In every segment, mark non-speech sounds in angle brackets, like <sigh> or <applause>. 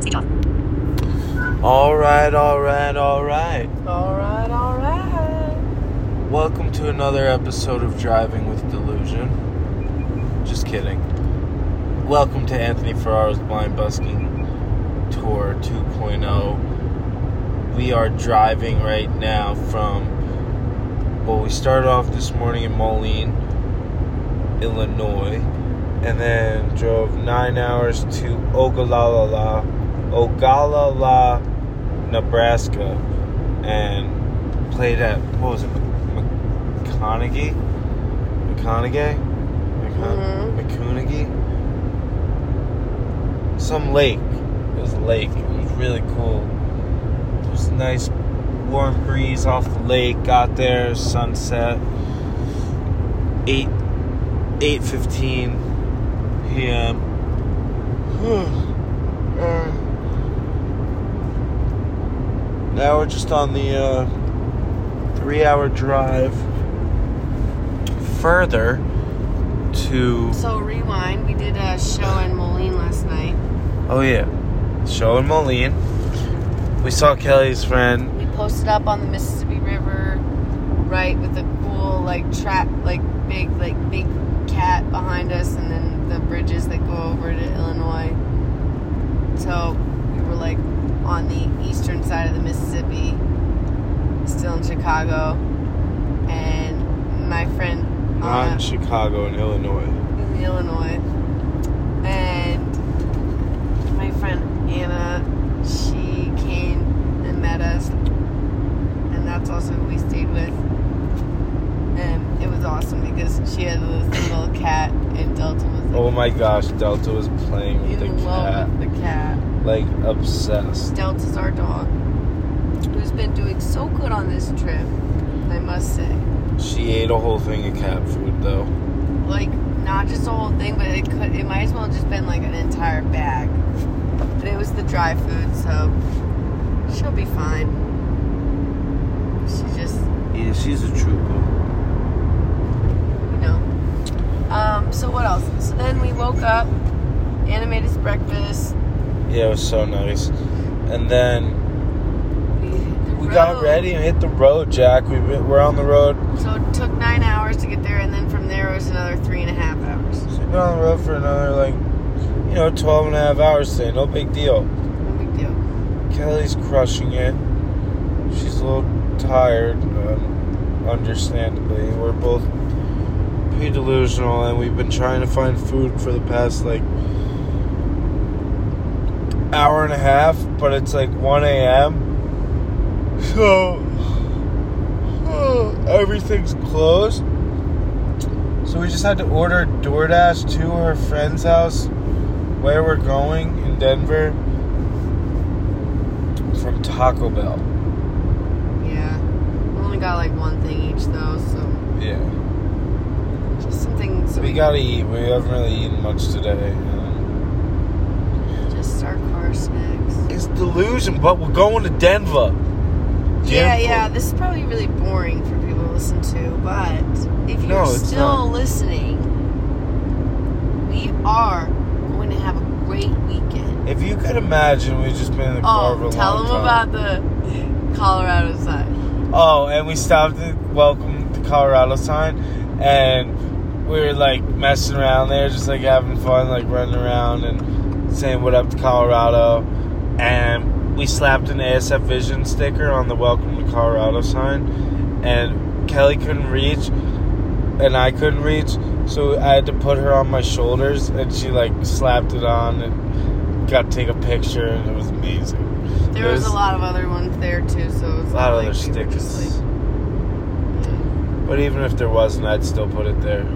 Speech off. All right, all right, all right. All right, all right. Welcome to another episode of Driving with Delusion. Just kidding. Welcome to Anthony Ferraro's Blind Busking Tour 2.0. We are driving right now from, well, we started off this morning in Moline, Illinois, and then drove nine hours to Ogallala, Ogallala, Nebraska, and played at what was it, Mc- McConaughey, McConaughey, McCon- Mhm. McConaughey, some lake. It was a lake. It was really cool. It was a nice warm breeze off the lake. Got there sunset. Eight eight fifteen p.m. Uh, now we're just on the uh, three hour drive further to. So rewind. We did a show in Moline last night. Oh, yeah. Show in Moline. We saw Kelly's friend. We posted up on the Mississippi River, right, with a cool like trap, like big, like big cat behind us, and then the bridges that go over to Illinois. So we were like on the eastern side of the Mississippi, still in Chicago, and my friend uh, Not Anna- in Chicago, in Illinois. in Illinois. And my friend Anna, she came and met us. And that's also who we stayed with. And it was awesome because she had this little cat, and Delta was like, Oh my gosh, Delta was playing with in the cat. love with the cat. Like, obsessed. Delta's our dog, who's been doing so good on this trip, I must say. She ate a whole thing of cat food, though. like not just the whole thing, but it could it might as well just been like an entire bag. But it was the dry food, so she'll be fine. She just Yeah, she's a trooper. you know. Um, so what else? So then we woke up, animated breakfast. Yeah, it was so nice. And then We, hit the We got road. ready and hit the road, Jack. We we're on the road. So it took nine hours to get there, and then from there it was another three and a half hours. So we've been on the road for another like, you know, 12 and a half hours today. No big deal. No big deal. Kelly's crushing it. She's a little tired, um, understandably. We're both pretty delusional, and we've been trying to find food for the past like hour and a half, but it's like 1 a.m. So <sighs> everything's closed. So we just had to order DoorDash to her friend's house where we're going in Denver from Taco Bell. Yeah. We only got like one thing each though, so Yeah. just something. So We can- gotta eat. We haven't really eaten much today. Um, Just our car snacks. It's delusion, but we're going to Denver. Yeah, Denver. yeah. This is probably really boring for people to listen to, but if you're No, it's still not. listening, we are going to have a great weekend. If you could imagine, we've just been in the car for Oh, a tell long them time. about the Colorado side. Oh, and we stopped to welcome the Colorado sign, and we were like messing around there, just like having fun, like running around and saying what up to Colorado. And we slapped an ASF Vision sticker on the welcome to Colorado sign, and Kelly couldn't reach, and I couldn't reach, so I had to put her on my shoulders, and she like slapped it on and got to take a picture, and it was amazing. There It was, was- a lot of other ones there too, so it's not A lot of like other we were just, stickers. like, mm. But even if there wasn't, I'd still put it there.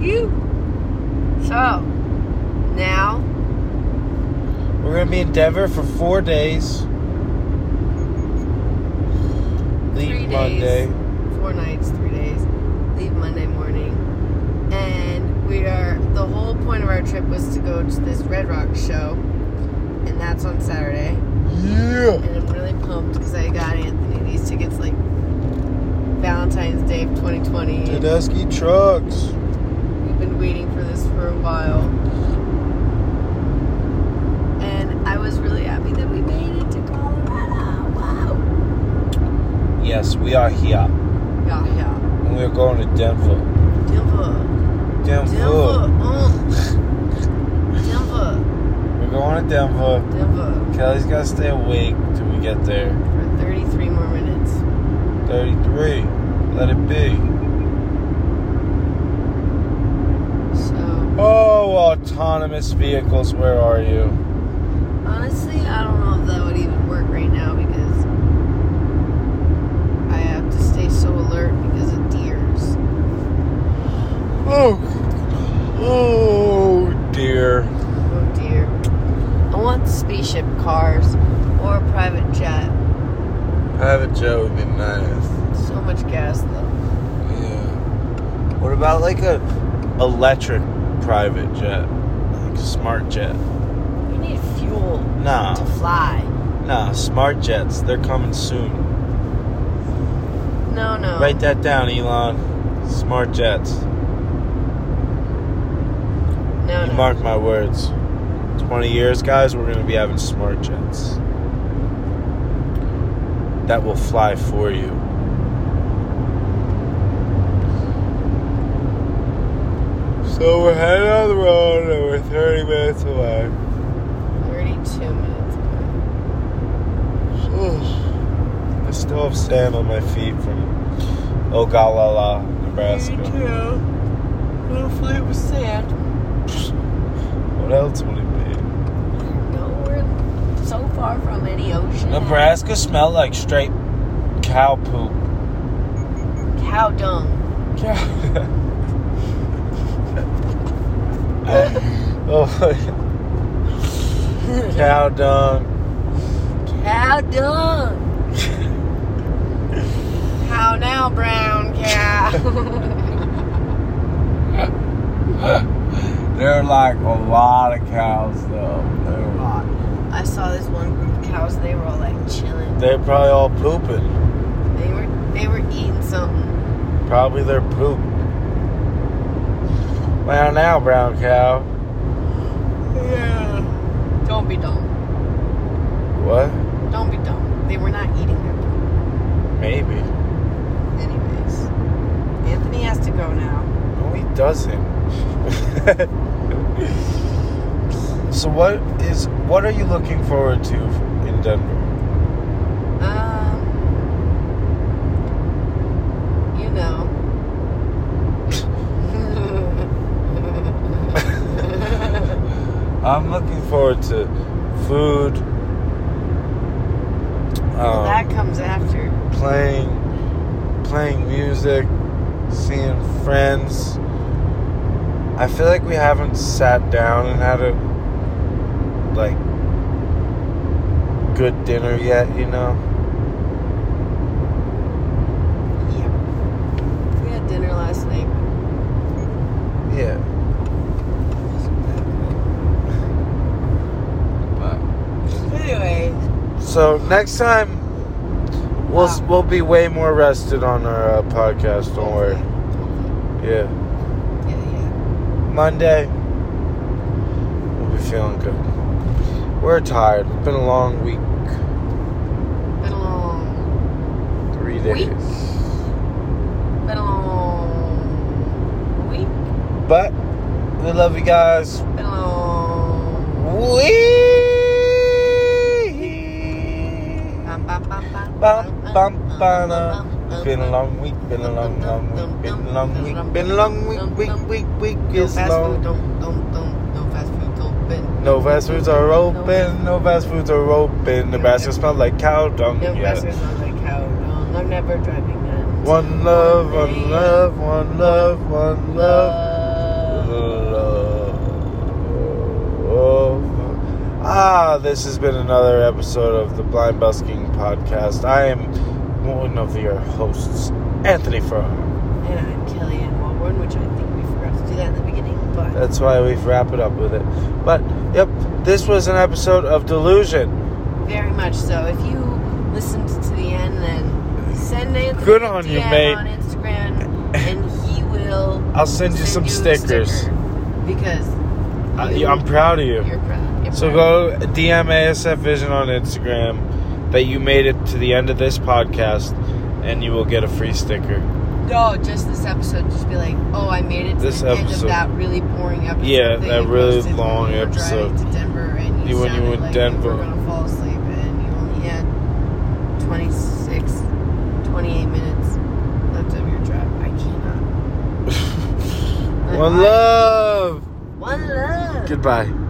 You. So now We're gonna be in Denver for four days. Leave Three days. Monday. four nights, three days, leave Monday morning. And we are, the whole point of our trip was to go to this Red Rock show, and that's on Saturday. Yeah. And I'm really pumped because I got Anthony these tickets like Valentine's Day of 2020. Tedeschi trucks. We've been waiting for this for a while. We are here. Yeah, yeah. And we're going to Denver. Denver. Denver. Denver. mm. Denver. We're going to Denver. Denver. Kelly's got to stay awake till we get there. For 33 more minutes. 33. Let it be. So, Oh, autonomous vehicles, where are you? honestly, I don't know if that would even work right now because I have to stay so alert because of deers. Oh. Oh, dear. Oh dear. I want spaceship cars or a private jet. Private jet would be nice. So much gas though. Yeah. What about like a electric private jet? Like a smart jet? You need fuel Nah. to fly. Nah, smart jets. They're coming soon. No, no. Write that down, Elon. Smart jets. No, You no. mark my words. 20 years, guys, we're going to be having smart jets that will fly for you. So we're heading on the road and we're 30 minutes away. 32 minutes. I still have sand on my feet from Ogallala, Nebraska. Little flight with sand. What else would it be? No, we're so far from any ocean. Nebraska smelled like straight cow poop. Cow dung. <laughs> Yeah. <laughs> oh, cow dung. Cow dung. How now, brown cow? <laughs> There are like a lot of cows, though. There are a lot. I saw this one group of cows. They were all like chilling. They're probably all pooping. They were they were eating something. Probably they're poop. Well, now, brown cow. Yeah. Don't be dumb. What? Don't be dumb. They were not eating their poop. Maybe. Anyways, Anthony has to go now. No, he doesn't. <laughs> so, what is? What are you looking forward to in Denver? Um, you <laughs> know. I'm looking forward to food, well, that um, comes after. playing, playing music, seeing friends. I feel like we haven't sat down and had a like good dinner yet. You know, Yep. We had dinner last night. yeah. <laughs> Anyway, So next time. We'll, s Wow. we'll be way more rested on our uh, podcast, don't worry. Yeah. Yeah, yeah. Monday, we'll be feeling good. We're tired. It's been a long week. Been a long, Three days. Week? been a long week. But we love you guys. Been a long. We. Bum, bum, bum, bum, bum, Bum, bum, bum, ba-na. bum, bum, Been a bum. long week, been a um, long, long week, been a long week, been a long week, week, week, week No is um, fast food, long. don't, don't, don't, no fast food, don't bend. No fast foods are open, no fast foods are open. Nebraska smelled like cow dung. No yeah. fast food, not like how long. I'm never driving that. One love, one love, one love, one love. Love. Ah, this has been another episode of the Blind Busking Podcast. I am one of your hosts, Anthony Farrar. And I'm Kelly Ann Walborn, which I think we forgot to do that in the beginning, but That's why we wrap it up with it. But, yep, this was an episode of Delusion. very much so. If you listened to the end, then send Anthony Good a on you, DM mate. on Instagram, and he will I'll send you some send you a stickers. sticker because I, I'm proud of you. you're proud. You're So proud. go DM ASF Vision on Instagram that you made it to the end of this podcast and you will get a free sticker. No, just this episode. Just be like, oh, I made it to This the end of episode. that really boring episode. Yeah, that you really posted when long you were episode. Driving to Denver, and you, You- when you sounded went like you Denver. were gonna fall asleep, and you only had 26, 28 minutes left of your drive. I <laughs> cannot. One love. One love. Goodbye.